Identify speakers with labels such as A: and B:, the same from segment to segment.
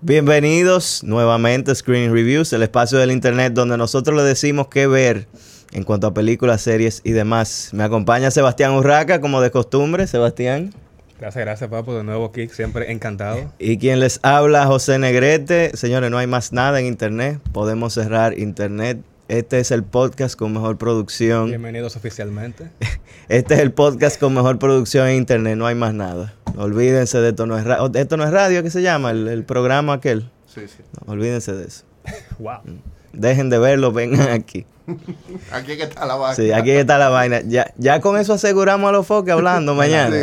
A: Bienvenidos nuevamente a Screen Reviews, el espacio del internet donde nosotros le decimos qué ver en cuanto a películas, series y demás. Me acompaña Sebastián Urraca, como de costumbre. Sebastián.
B: Gracias, gracias, Papo. De nuevo aquí, siempre encantado.
A: Y quien les habla, José Negrete. Señores, no hay más nada en internet. Podemos cerrar internet. Este es el podcast con mejor producción.
B: Bienvenidos oficialmente.
A: Este es el podcast con mejor producción en internet. No hay más nada. Olvídense de esto no es radio. Esto no es radio, ¿qué se llama? El, el programa aquel.
C: Sí, sí.
A: No, olvídense de eso.
B: wow.
A: Dejen de verlo, vengan aquí.
C: Aquí es que está la vaca.
A: Sí, aquí está la vaina. Ya, ya con eso aseguramos a los foques hablando mañana.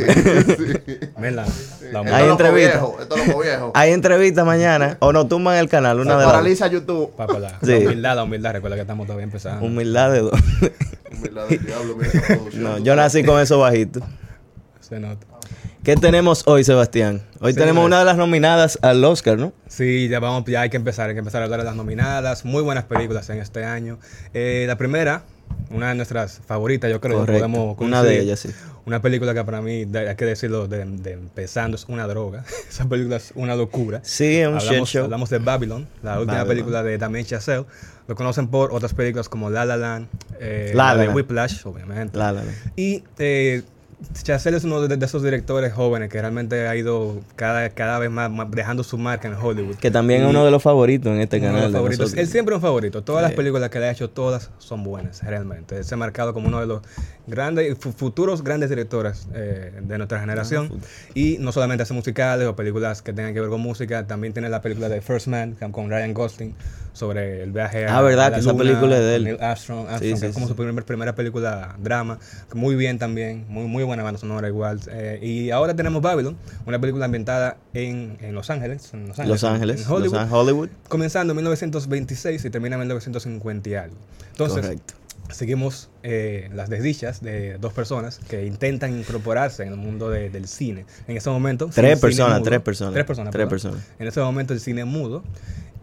B: Mela, la
A: Hay entrevista.
C: Hay entrevista. Esto es loco viejo.
A: Hay entrevista mañana o nos tumban el canal,
C: Se
A: una de las
C: paraliza YouTube.
B: Papo, la, la
A: Sí.
B: humildad, la humildad. Recuerda que estamos todavía empezando.
A: humildad de dos.
C: Humildad del diablo, mira esa producción.
A: No, yo nací con eso bajito.
B: Se nota.
A: ¿Qué tenemos hoy, Sebastián? Hoy tenemos
B: Señores.
A: una de las nominadas al Oscar, ¿no?
B: Sí, ya vamos, ya hay que empezar, hay que empezar a hablar de las nominadas. Muy buenas películas en este año. Eh, la primera, una de nuestras favoritas, yo creo que
A: Correcto.
B: podemos
A: Una de
B: coincidir.
A: ellas, sí.
B: Una película que para mí, de- hay que decirlo, de, de empezando, es una droga. Esa película es una locura.
A: Sí, es un shit
B: hablamos,
A: show.
B: hablamos de Babylon, la última
A: Babylon.
B: película de Damien Chazelle. Lo conocen por otras películas como La La Land, eh,
A: La La
B: la, de
A: Land.
B: Whiplash, obviamente.
A: La, la, la.
B: Y eh, Chazelle es uno de, de esos directores jóvenes que realmente ha ido cada, cada vez más, más dejando su marca en Hollywood.
A: Que también es uno de los favoritos en este
B: Uno de
A: canal.
B: los
A: de
B: favoritos.
A: nosotros.
B: Él siempre es un favorito. Todas las películas que le ha hecho, todas son buenas, realmente. Él se ha marcado como uno de los grandes, fu- futuros grandes directores eh, de nuestra
A: Ah,
B: generación. Y no solamente hace musicales o películas que tengan que ver con música, también tiene la película de First Man con- con Ryan Gosling sobre el viaje a
A: Ah, ¿verdad?
B: a la
A: Que esa
B: luna,
A: película es de él.
B: Neil Armstrong, Armstrong,
A: sí,
B: que es como
A: sí.
B: su primer- primera película drama. Muy bien también, muy, muy buena banda sonora igual. Eh, y ahora tenemos Babylon, una película ambientada en, en Los Ángeles. En Los Ángeles,
A: Los
B: en-
A: Ángeles.
B: en Hollywood
A: Los Ángeles, Hollywood.
B: comenzando en 1926 y termina en 1950 y algo. Entonces,
A: Correcto.
B: seguimos eh, las desdichas de dos personas que intentan incorporarse en el mundo de- del cine. En ese momento... sí,
A: Tres
B: el cine
A: personas,
B: mudo.
A: tres personas,
B: Tres personas.
A: tres
B: perdón.
A: personas.
B: En ese momento el cine mudo.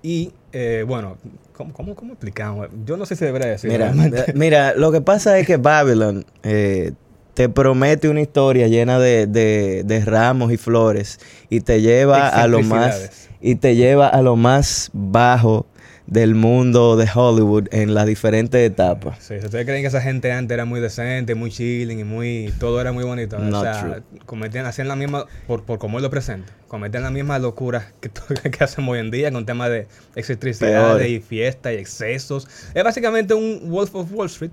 B: Y, eh, bueno, ¿cómo, cómo, cómo explicamos? Yo no sé si debería decir.
A: Mira, eh,
B: realmente.
A: mira, lo que pasa es que Babylon eh, te promete una historia llena de, de- de ramos y flores y te lleva a lo más
B: Excentricidades.
A: y te lleva a lo más bajo del mundo de Hollywood en las diferentes etapas.
B: Sí, si ustedes creen que esa gente antes era muy decente, muy chilling y muy todo era muy bonito.
A: Not
B: o sea,
A: true.
B: cometían, hacían la misma, por, por cómo él lo presenta, cometían la misma locura que, to- que hacen hoy en día con temas de
A: Peores.
B: excentricidades y fiestas y excesos. Es básicamente un Wolf of Wall Street,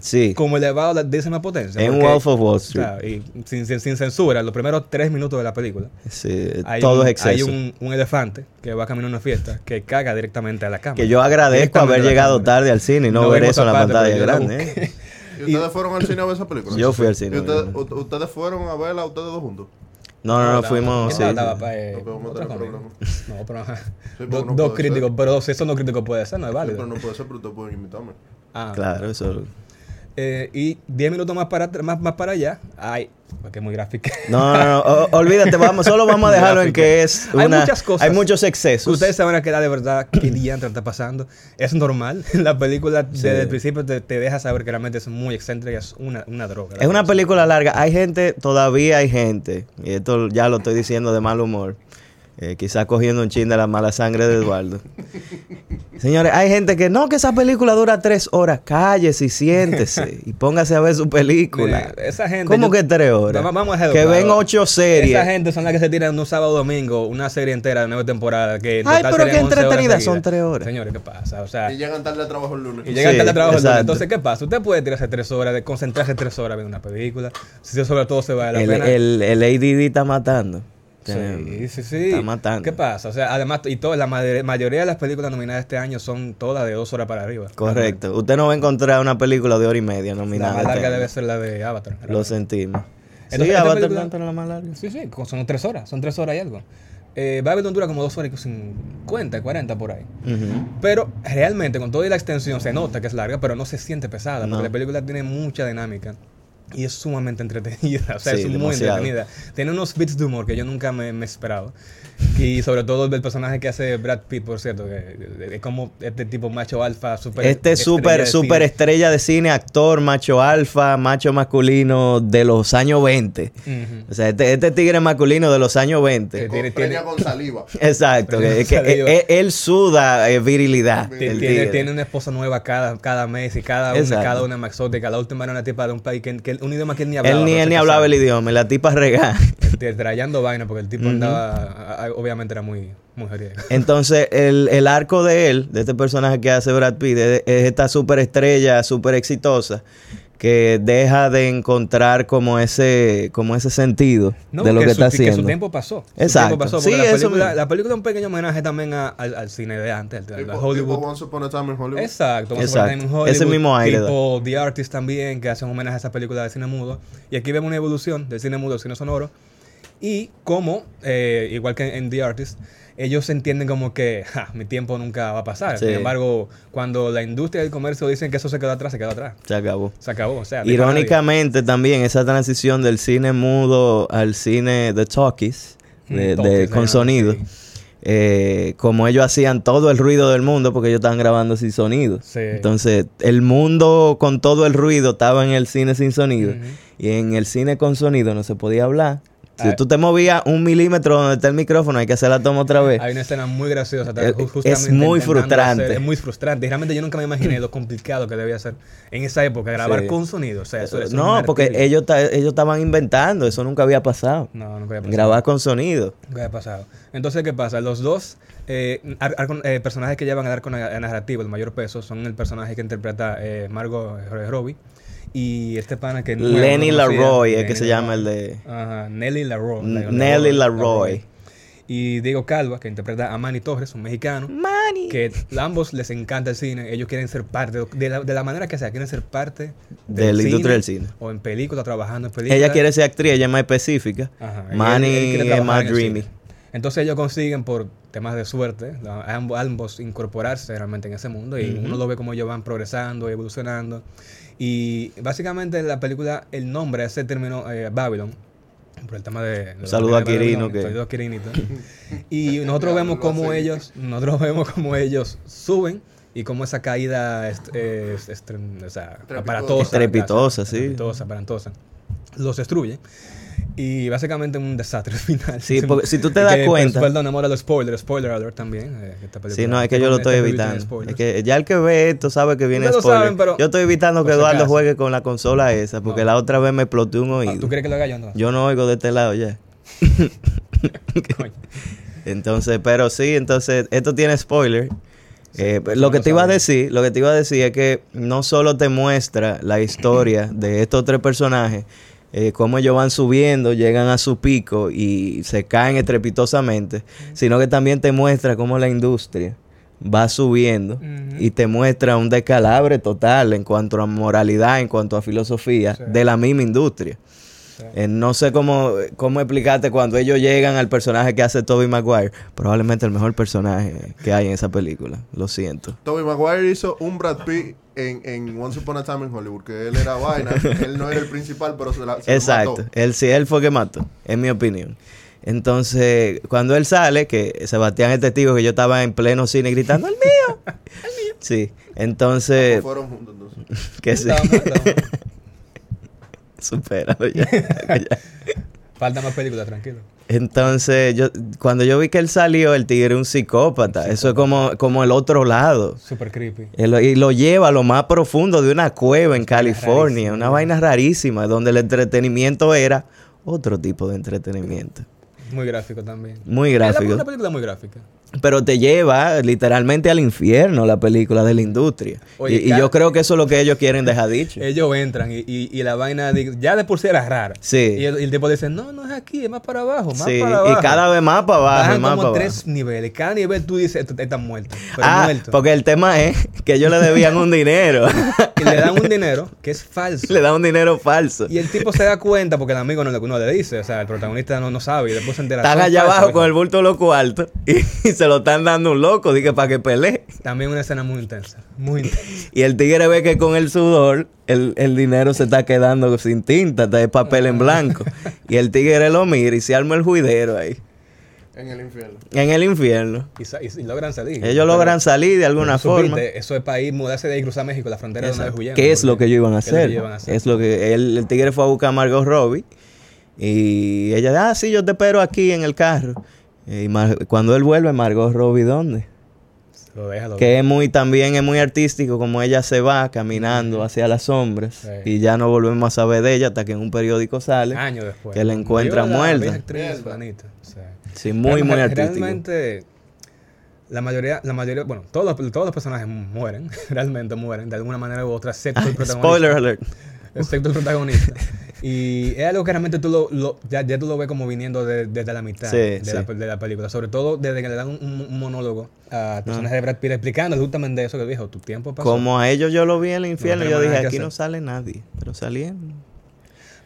A: Sí,
B: como elevado a la décima potencia.
A: en
B: porque,
A: Wolf of Wall
B: o
A: Street.
B: sea, y sin, sin- sin censura, los primeros tres minutos de la película.
A: Sí,
B: Hay
A: todo
B: un,
A: es exceso.
B: Hay un, un elefante que va a caminar a una fiesta que caga directamente a la cámara.
A: que yo agradezco
B: Directamente
A: haber
B: a la
A: llegado
B: cámara.
A: tarde al cine y no,
B: No
A: ver
B: vimos
A: eso en la
B: esa parte,
A: pantalla
B: pero yo la
A: grande.
B: busqué.
A: ¿eh?
C: ¿Y ustedes fueron al cine a ver esa película?
A: Yo fui al cine,
C: ¿Y ustedes,
A: obviamente.
C: u- ustedes fueron a verla ustedes dos juntos?
A: No, no, no,
B: Estaba-
A: fuimos. sí,
B: estaba- estaba,
A: sí.
B: eh,
C: No podemos
B: otra
C: tener
B: familia. No, pero ajá.
C: porque
B: Do-
C: no
B: dos
C: puede
B: críticos,
C: ser.
B: pero dos, eso no crítico puede ser, no es
C: Sí,
B: válido.
C: pero no puede ser, pero ustedes pueden invitarme.
B: Ah,
A: Claro, eso.
B: eh, y 10 minutos más para, atr- más, más para allá, ay, porque es muy gráfica.
A: No, no, no, o- olvídate, vamos, solo vamos a dejarlo en que es
B: Hay
A: una-
B: muchas cosas.
A: Hay muchos excesos.
B: Ustedes se van a quedar de verdad qué diantre está pasando. Es normal. La película desde el principio te, te deja saber que realmente es muy excéntrica, es una, una droga.
A: Es una película larga. Hay gente, todavía hay gente, y esto ya lo estoy diciendo de mal humor, eh, quizás cogiendo un chin de la mala sangre de Eduardo. Señores, hay gente que no, que esa película dura tres horas. Cállese y siéntese y póngase a ver su película.
B: Miren, esa eh, gente,
A: ¿Cómo
B: yo-
A: que tres horas?
B: Va- va- vamos a dejarlo
A: que
B: claro.
A: ven ocho series.
B: Esa gente son las que se tiran un sábado o domingo, una serie entera de nueva temporada. Que en
A: Ay,
B: total
A: pero
B: serían
A: qué
B: 11 horas
A: entretenida,
B: seguidas.
A: son tres horas.
B: Señores, ¿qué pasa? O
A: Ah.
B: sea,
C: Y llegan tarde al trabajo el lunes.
B: Y llega
A: Sí,
B: tarde al trabajo el lunes.
A: exacto.
B: Entonces, ¿qué pasa? Usted puede tirarse tres horas, de concentrarse tres horas viendo una película. Si eso sobre todo se vale la
A: el,
B: pena.
A: el, el ADD está matando.
B: sí, sí, sí.
A: Está matando.
B: ¿Qué pasa? O sea, además, y todo, la made- mayoría de las películas nominadas este año son todas de dos horas para arriba.
A: Correcto. Usted no va a encontrar una película de hora y media
B: La
A: nominada.
B: más
A: este
B: larga
A: año.
B: debe ser la de Avatar.
A: Lo sentimos.
B: Entonces,
A: sí,
B: esta
A: Avatar
B: película-
A: Blanca era la más larga.
B: Sí, sí, co- son tres horas, son tres horas y algo. Eh, Babylon dura como dos horas y cincuenta, cuarenta por ahí.
A: Ujú.
B: Pero realmente, con toda la extensión, se nota que es larga, pero no se siente pesada,
A: No.
B: porque la película tiene mucha dinámica. Y es sumamente entretenida, o sea,
A: Sí,
B: es muy
A: demasiado.
B: entretenida. Tiene unos bits de humor que yo nunca me, me esperaba. Y sobre todo el personaje que hace Brad Pitt, por cierto, que es como este tipo macho alfa, super.
A: Este
B: Pues, estrella
A: súper,
B: de
A: súper
B: cine.
A: estrella de cine, actor, macho alfa, macho masculino de los años 20.
B: Ujú.
A: O sea, este, este tigre masculino de los años 20.
B: Eh, tiene-
C: Con, preña
B: tiene-
C: con saliva.
A: Exacto,
B: Pero
A: que,
B: no
A: que-
B: salió.
A: eh, él suda eh, virilidad.
B: Ti-
A: el
B: Tiene,
A: tigre.
B: tiene una esposa nueva cada, cada mes y cada una,
A: Exacto.
B: cada una más exótica. La última era una tipa de un país que, que- un idioma que él ni hablaba.
A: él ni,
B: pero
A: él
B: se
A: ni
B: casaba.
A: hablaba el idioma, y la tipa regá.
B: Te- Trayendo vaina porque el tipo andaba, a- a- obviamente era muy, muy jodido.
A: Entonces, el, el arco de él, de este personaje que hace Brad Pitt, es, es esta super estrella, super exitosa, que deja de encontrar como ese, como ese sentido
B: No,
A: de lo que,
B: su,
A: está
B: que su
A: haciendo.
B: tiempo pasó. Su
A: Exacto.
B: tiempo pasó,
A: Sí,
B: porque la,
A: eso
B: película,
A: mismo.
B: la película es un pequeño homenaje también a- al, al cine de antes, al- al
C: Tipo, tipo
B: Hollywood.
C: Once Upon a Time in Hollywood.
B: Exacto, vamos a
A: Exacto.
B: poner en Hollywood,
A: Ese mismo aire da.
B: Tipo The Artist también, que hacen homenaje a esas películas de cine mudo. Y aquí vemos una evolución del cine mudo al cine sonoro. Y cómo, eh, igual que en The Artist, ellos entienden como que "Ja, mi tiempo nunca va a pasar.
A: Sí.
B: Sin embargo, cuando la industria del comercio dicen que eso se quedó atrás, se quedó atrás.
A: Se acabó.
B: Se acabó. O sea, deja a nadie.
A: Irónicamente también esa transición del cine mudo al cine de talkies, de,
B: Mm,
A: de-
B: talkies,
A: con
B: ajá,
A: sonido,
B: sí.
A: eh, como ellos hacían todo el ruido del mundo porque ellos estaban grabando sin sonido.
B: Sí.
A: Entonces el mundo con todo el ruido estaba en el cine sin sonido
B: Ujú.
A: y en el cine con sonido no se podía hablar. Si
B: Ah.
A: tú te movías un milímetro donde está el micrófono, hay que hacer la toma otra vez.
B: Hay una escena muy graciosa.
A: pues, Es-
B: ju-
A: es
B: justamente
A: muy
B: intentando
A: frustrante.
B: hacer- es muy frustrante. Y realmente yo nunca me imaginé lo complicado que debía ser en esa época grabar
A: Sí. Eh,
B: con sonido. O sea, eso, eso es
A: no,
B: un
A: porque
B: martirio.
A: ellos, ta- ellos estaban inventando, eso nunca había pasado.
B: No, nunca había pasado.
A: Grabar con sonido.
B: Nunca había pasado. Entonces, ¿qué pasa? Los dos eh, ar- ar- eh, personajes que llevan al arco na- narrativo el mayor peso son el personaje que interpreta eh, Margot Robbie y este pana que... no-
A: Lenny
B: no conocía,
A: Larroy es que
B: Lenny
A: se llama el
B: LaRoy.
A: de...
B: Ajá, Nelly LaRoy.
A: N- Nelly LaRoy.
B: Y Diego Calva, que interpreta a Manny Torres, un mexicano.
A: Money.
B: que a ambos les encanta el cine, ellos quieren ser parte, de la, de la manera que sea, quieren ser parte
A: De la industria del cine.
B: O en película, trabajando en películas.
A: Ella quiere ser actriz, ella es más específica.
B: Ajá, y él- él
A: Manny
B: quiere
A: es
B: trabajar
A: más
B: en el
A: dreamy.
B: cine. Entonces ellos consiguen por temas de suerte, la- amb- ambos incorporarse realmente en ese mundo y uno lo ve como ellos van progresando, evolucionando. Y básicamente en la película, el nombre, ese término, eh, Babylon, por el tema de... de la
A: saludo a
B: película de
A: Quirino,
B: Babylon,
A: que-
B: saludo a Quirinito. Y nosotros
C: Diablo,
B: vemos
C: lo
B: cómo
C: hacen.
B: ellos, nosotros vemos cómo ellos suben y cómo esa caída es, es- es- o sea,
C: Estrepitosa.
B: aparatosa.
A: Estrepitosa, sí.
B: Estrepitosa, aparatosa. Los destruye. Y básicamente un desastre al final.
A: Sí, porque si tú te
B: Y
A: das
B: que,
A: cuenta-
B: Pues, perdón, amor a los spoilers. Spoiler alert también. eh, esta
A: Sí,
B: película.
A: no, es que
B: Este
A: yo lo
B: con-
A: estoy
B: este review tiene
A: evitando. Es
B: spoilers.
A: que ya el que ve esto sabe que viene
B: Ustedes lo
A: spoiler.
B: saben, pero-
A: yo estoy evitando que
B: por si
A: Eduardo
B: acaso.
A: juegue con la consola esa, porque
B: No.
A: la otra vez me exploté un
B: Ah, ¿Tú
A: oído.
B: crees que lo haga yo? No.
A: yo no oigo de este lado ya.
B: Coño.
A: Entonces, pero sí, entonces, esto tiene spoiler. Eh,
B: pues,
A: lo
B: no
A: que
B: lo
A: te iba a
B: sabía.
A: decir, lo que te iba a decir es que no solo te muestra la historia de estos tres personajes, eh, cómo ellos van subiendo, llegan a su pico y se caen estrepitosamente, sino que también te muestra cómo la industria va subiendo
B: Ujú.
A: y te muestra un descalabre total en cuanto a moralidad, en cuanto a filosofía
B: Sí.
A: de la misma industria. Eh, no sé cómo, cómo explicarte cuando ellos llegan al personaje que hace Toby Maguire. Probablemente el mejor personaje que hay en esa película. Lo siento.
C: Toby Maguire hizo un Brad Pitt en, en Once Upon a Time in Hollywood, que él era vaina, él no era el principal, pero se la se lo
A: Exacto.
C: mató.
A: Él sí, él fue que mató, en mi opinión. Entonces, cuando él sale, que Sebastián es testigo que yo estaba en pleno cine gritando, ¡el mío! ¡El mío! Sí.
C: No
A: Entonces,
C: Pues fueron juntos entonces.
A: que sí,
B: Estamos- estamos-
A: supéralo ya.
B: Falta más películas, tranquilo.
A: Entonces, yo, cuando yo vi que él salió, el tigre es un psicópata. Eso es como, como el otro lado.
B: Super creepy.
A: Y lo, y lo lleva a lo más profundo de una cueva en California,
B: rarísimo.
A: una vaina rarísima, donde el entretenimiento era otro tipo de entretenimiento.
B: Muy gráfico también.
A: Muy
B: Es una
A: gráfico.
B: película muy gráfica.
A: Pero te lleva literalmente al infierno la película de la industria.
B: Oye,
A: y, y
B: cada-
A: yo creo que eso es lo que ellos quieren dejar dicho.
B: Ellos entran y, y, y la vaina de- ya de por sí era rara.
A: Sí.
B: Y el, y el tipo dice, no, no es aquí, es más para abajo, más
A: Sí,
B: para abajo.
A: y cada vez más para abajo,
B: Bajan
A: más
B: como
A: para abajo.
B: tres niveles. Cada nivel tú dices, "Esto- están muertos. Pero
A: Ah,
B: muertos.
A: porque el tema es que ellos le debían un dinero.
B: Y le dan un dinero que es falso.
A: le dan un dinero falso.
B: Y el tipo se da cuenta porque el amigo no le, no le dice, o sea, el protagonista no, no sabe y después se entera.
A: Están
B: "Son
A: allá
B: falsos".
A: abajo con el bulto de los cuartos y, y se lo están dando un loco, dije, para que pelee.
B: También una escena muy intensa. Muy intensa.
A: Y el tigre ve que con el sudor el, el dinero se está quedando sin tinta, está de papel en blanco. Y el tigre lo mira y se arma el juidero ahí,
C: En el infierno.
A: en el infierno.
B: Y, sa- y- y logran salir.
A: Ellos logran salir de alguna forma.
B: Eso es para ir, mudarse de ahí, cruzar México, la frontera de una vez
A: Exacto.
B: huyendo.
A: ¿Qué es lo
B: porque-
A: que ellos iban a
B: ¿qué es lo que
A: hacer?
B: ellos iban a hacer?
A: Es lo que él- el tigre fue a buscar a Margot Robbie y ella, ah, sí, yo te espero aquí en el carro. Y Mar- cuando él vuelve, Margot Robbie, ¿dónde?
B: Lo deja, lo
A: Que es muy, también es muy artístico, como ella se va caminando hacia las sombras
B: Sí. Ah.
A: y ya no volvemos a saber de ella hasta que en un periódico sale.
B: Años después.
A: que la encuentran
B: Viuda,
A: muerta.
B: bella actriz,
C: Mierda.
B: fulanita. Sí.
A: Sí, muy,
B: Real-
A: muy
B: re-
A: artístico.
B: Realmente, la mayoría, la mayoría, bueno, todos los, todos los personajes mueren, realmente mueren, de alguna manera u otra, excepto el protagonista.
A: Ah, Spoiler alert.
B: Excepto el protagonista. Y es algo que realmente tú lo, lo- ya, ya tú lo ves como viniendo de- desde la mitad
A: Sí,
B: de,
A: sí.
B: La, de la película. Sobre todo desde que le dan un, un monólogo a personas de Brad Pitt explicando justamente eso que dijo, tu tiempo pasó.
A: Como a ellos yo lo vi en el infierno, yo
B: tenemos
A: dije,
B: nada que
A: aquí no
B: hacer".
A: sale nadie, pero salieron.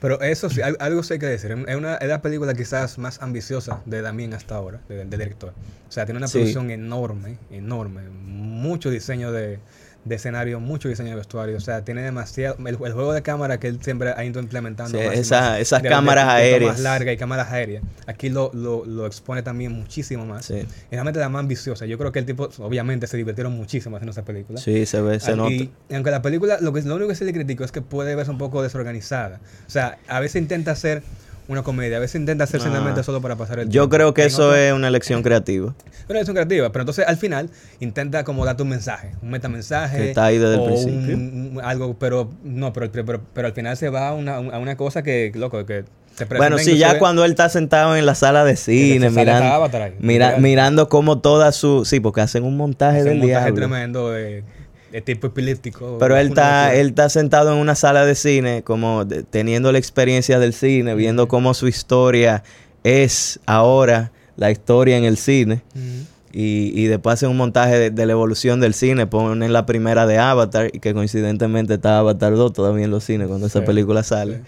B: Pero eso sí, al- algo sí hay que decir. Es una es la película quizás más ambiciosa de Damien hasta ahora, de- del director. O sea, tiene una
A: Sí.
B: producción enorme, enorme. Mucho diseño de, de escenario, mucho diseño de vestuario. O sea, tiene demasiado. El, el juego de cámara que él siempre ha ido implementando.
A: Sí,
B: más y
A: esa-
B: más,
A: esas
B: de- de-
A: cámaras
B: de tomas
A: aéreas.
B: largas y cámaras aéreas. Aquí lo, lo, lo expone también muchísimo más.
A: Sí.
B: Es realmente la más ambiciosa. Yo creo que el tipo, obviamente, se divirtieron muchísimo haciendo esa película.
A: Sí, se ve, se
B: Al-
A: nota.
B: y, y aunque la película, lo, que, lo único que se le critico es que puede verse un poco desorganizada. O sea, a veces intenta hacer una comedia, a veces intenta hacer
A: Ah.
B: simplemente solo para pasar el
A: Yo
B: tiempo.
A: creo que
B: En
A: eso
B: otro- Eh,
A: es una elección creativa.
B: Una elección creativa, pero entonces al final intenta como darte un mensaje, un metamensaje.
A: Que está ahí desde el
B: o un-
A: principio.
B: un- algo, pero no, pero, pero, pero- pero al final se va a una, a una cosa que, loco, que se presenta
A: Bueno, sí, ya
B: inclusive-
A: cuando él está sentado en la sala de cine,
B: se sale hasta
A: mirando,
B: Avatar ahí.
A: mira-
B: Real.
A: mirando cómo toda su... Sí, porque hacen un montaje
B: hace
A: del
B: un montaje
A: diablo.
B: tremendo de, de tipo epiléptico.
A: Pero él
B: una
A: está,
B: locura.
A: él está sentado en una sala de cine, como de- teniendo la experiencia del cine, viendo cómo su historia es ahora la historia en el cine.
B: Ujú.
A: Y, y después hacen un montaje de, de la evolución del cine. Ponen la primera de Avatar, y que coincidentemente está Avatar 2 todavía en los cines cuando esa
B: Sí,
A: película sale.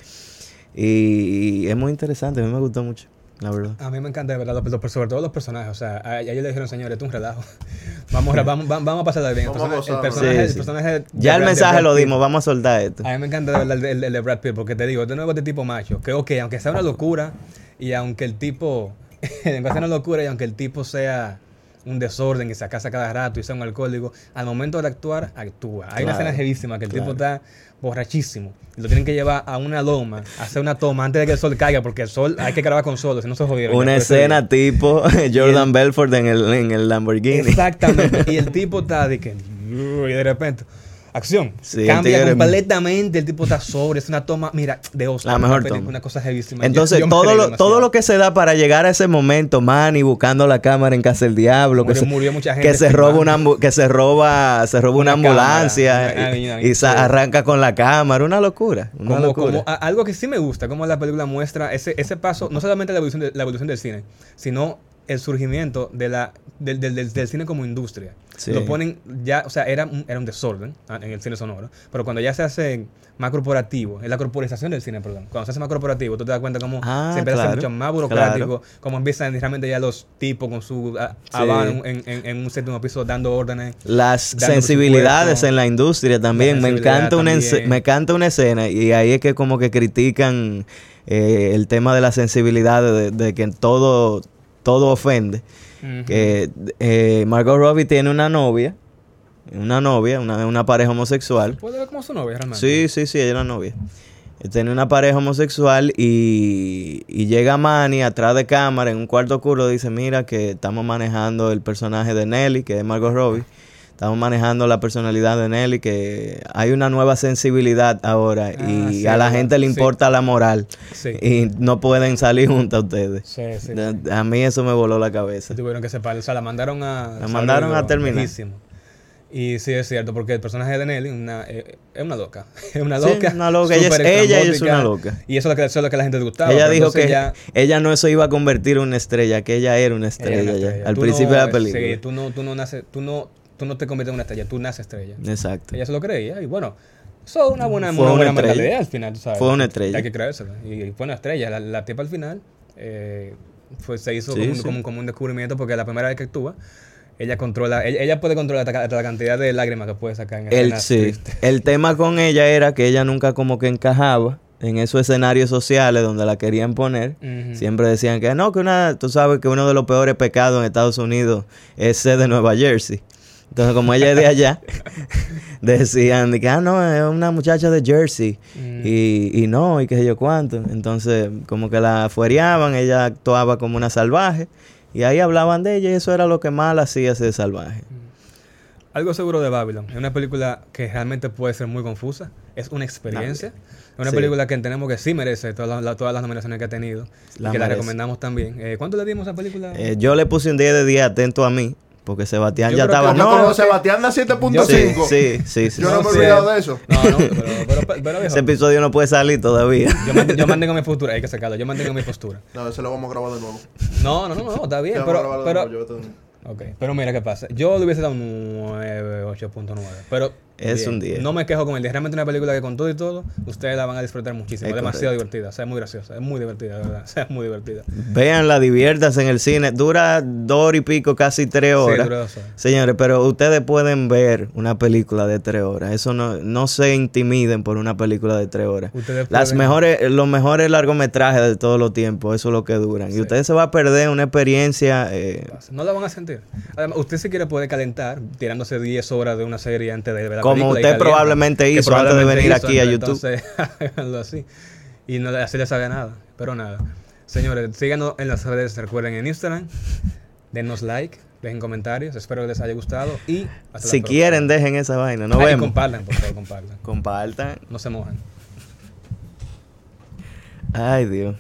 A: Y, y es muy interesante, a mí me gustó mucho, la verdad.
B: A mí me encanta, de verdad, los- los- sobre todo los personajes. O sea, a a ellos le dijeron, señores, esto es un relajo. Vamos, a- vamos, vamos vamos a pasarla bien. El
C: Vamos a
B: personaje, el
C: gozarnos.
B: personaje,
A: Sí,
B: el
A: sí.
B: personaje de
A: Ya el
B: Brad- de
A: mensaje
B: Brad
A: lo
B: Pitt.
A: dimos, vamos a soltar esto.
B: A mí me encanta de verdad el, el- el de Brad Pitt, porque te digo, de nuevo este tipo macho, que ok, aunque sea una locura, y aunque el tipo, aunque sea una locura, y aunque el tipo sea un desorden y se casa cada rato y sea un alcohólico, al momento de actuar, actúa. Hay una
A: Claro,
B: escena jevísima que el tipo
A: claro.
B: está borrachísimo, y lo tienen que llevar a una loma, a hacer una toma antes de que el sol caiga, porque el sol, hay que grabar con sol, si no se jodieron.
A: Una
B: Ya, por ese día.
A: escena tipo Jordan Belfort en el, en el Lamborghini.
B: Exactamente. y el tipo está de que. Y de repente. Acción.
A: Sí, el
B: Cambia
A: tigre-
B: completamente. El tipo está sobre. Es una toma. Mira, de Oscar.
A: La mejor
B: una, película,
A: toma.
B: una cosa jevísima.
A: Entonces,
B: Yo- yo me
A: todo,
B: reí
A: lo,
B: demasiado.
A: todo lo que se da para llegar a ese momento, Manny buscando la cámara en Casa del Diablo, que
B: Murió-
A: se,
B: murió mucha gente
A: que se roba
B: filmando.
A: una ambu- que se roba, se roba una,
B: Una cámara,
A: ambulancia
B: una-
A: y,
B: una-
A: y se
B: sí.
A: arranca con la cámara, una locura, una
B: Como,
A: locura.
B: como a- algo que sí me gusta, como la película muestra ese, ese paso, no solamente la evolución, de- la evolución del cine, sino el surgimiento de la, del, del- del- del cine como industria.
A: Sí.
B: Lo ponen ya, o sea, era un, era un desorden ah, en el cine sonoro, pero cuando ya se hace más corporativo, en la corporización del cine, perdón, cuando se hace más corporativo, tú te das cuenta como
A: Ah,
B: se empieza a
A: claro,
B: hacer mucho más burocrático, como empiezan realmente ya los tipos con su ah,
A: Sí.
B: habano en, en- en un séptimo piso dando órdenes.
A: Las
B: dando
A: sensibilidades
B: presupuesto.
A: en la industria también. Me
B: sensibilidad
A: encanta, una ence-
B: también.
A: me encanta una escena y ahí es que como que critican eh, el tema de la sensibilidad, de, de que todo, todo ofende. que eh, Margot Robbie tiene una novia, una novia, una, una pareja homosexual.
B: Puede ver como su novia realmente.
A: Sí, sí, sí, ella era novia. Eh, Tiene una pareja homosexual y, y llega Manny atrás de cámara en un cuarto oscuro. Dice: Mira, que estamos manejando el personaje de Nelly, que es Margot Robbie. Estamos manejando la personalidad de Nelly, que hay una nueva sensibilidad ahora
B: Ah,
A: y
B: sí,
A: a la
B: verdad,
A: gente le
B: sí.
A: importa la moral.
B: Sí.
A: Y no pueden salir juntas ustedes.
B: Sí, sí.
A: De- A mí eso me voló la cabeza.
B: Se tuvieron Este que separar. O sea, la mandaron a.
A: La mandaron a terminar.
B: lejísimo. Y sí, es cierto, porque el personaje de Nelly una, eh, es una loca. Es una
A: Sí,
B: loca.
A: una loca. Ella es-
B: súper
A: ella, ella es
B: estrambótica.
A: una loca.
B: Y eso es lo que, eso es lo que a la gente le gustaba.
A: ella
B: pero
A: dijo
B: entonces
A: que
B: ya-
A: ella no se iba a convertir en una estrella, que ella era una
B: ella era
A: estrella,
B: una
A: ya,
B: estrella.
A: al
B: Tú
A: principio
B: no-
A: de la película.
B: sí, tú, no, tú, no naces, tú, no, tú no te conviertes en una estrella, tú naces estrella.
A: Exacto.
B: Ella se lo creía y bueno. Eso es una buena,
A: Fue
B: una
A: una
B: buena
A: estrella.
B: mentalidad al final, tú sabes.
A: Fue una estrella.
B: Hay que creérsela. Y fue una estrella. La, la tipa al final eh, fue, se hizo
A: Sí,
B: como, un-
A: sí.
B: como un- como un descubrimiento porque la primera vez que actúa, ella controla, ella, ella puede controlar hasta, hasta la cantidad de lágrimas que puede sacar en
A: El,
B: escenas
A: sí.
B: tristes.
A: el tema con ella era que ella nunca como que encajaba en esos escenarios sociales donde la querían poner.
B: Ujú.
A: Siempre decían que no, que una, tú sabes que uno de los peores pecados en Estados Unidos es ser de Nueva Jersey. Entonces, como ella es de allá, decían de que, ah, no, es una muchacha de Jersey.
B: Mm.
A: Y, y no, y qué sé yo cuánto. Entonces, como que la fuereaban, ella actuaba como una salvaje. Y ahí hablaban de ella y eso era lo que mal hacía ser salvaje.
B: Algo seguro de Babylon. Es una película que realmente puede ser muy confusa. Es una experiencia. Es una
A: Sí.
B: película que entendemos que sí merece todas las, la- todas las nominaciones que ha tenido. y
A: La
B: que la
A: merece.
B: recomendamos también. Eh, ¿Cuánto le dimos a esa película?
A: Eh, yo le puse un 10 de 10 atento a mí, porque Sebastián
B: Yo
A: ya
B: creo
A: estaba.
B: que-
C: No,
A: No,
C: como Sebastián da 7.5.
A: sí, sí, sí, sí.
C: Yo no me he
B: sí.
C: olvidado de eso.
B: No, no, pero, pero, pero, pero, viejo,
A: Ese episodio no puede salir todavía.
B: yo, mant- yo mantengo mi postura. Hay que sacarlo. Yo mantengo mi postura.
C: No, eso lo vamos a grabar de nuevo.
B: No, no, no, no, está bien.
C: Te vamos a
B: Pero,
C: grabar de
B: pero,
C: nuevo, llévate un-
B: Ok, pero mira qué pasa. Yo le hubiese dado un 9, 8.9. Pero.
A: Es un 10.
B: No me quejo con el 10. Realmente una película que con todo y todo, ustedes la van a disfrutar muchísimo.
A: Es
B: Es demasiado divertida. O sea, es muy graciosa. Es muy divertida, de verdad. O sea, es muy divertida.
A: Véanla, diviértanse en el cine. Dura dos horas y pico, casi tres horas.
B: dura dos horas.
A: Señores, pero ustedes pueden ver una película de tres horas. Eso no, no se intimiden por una película de tres horas.
B: Ustedes
A: Las
B: pueden-
A: mejores, los mejores largometrajes de todos los tiempos, eso es lo que duran. Y ustedes se va a perder una experiencia eh,
B: pasa. No la van a sentir. Además, usted si quiere puede calentar tirándose 10 horas de una serie antes de ver la
A: Como
B: película. y
A: usted
B: calienta,
A: probablemente
B: que
A: hizo antes de venir aquí a
B: entonces, háganlo así. Y no, así les haga nada. Pero nada. Señores, síganos en las redes. Recuerden en Instagram. Denos like. Dejen comentarios. Espero que les haya gustado. Y hasta la
A: Si
B: próxima.
A: quieren, dejen esa vaina. Nos
B: Ay, y
A: vemos.
B: compartan, por favor, compartan.
A: Compartan.
B: No se mojan.
A: Ay, Dios.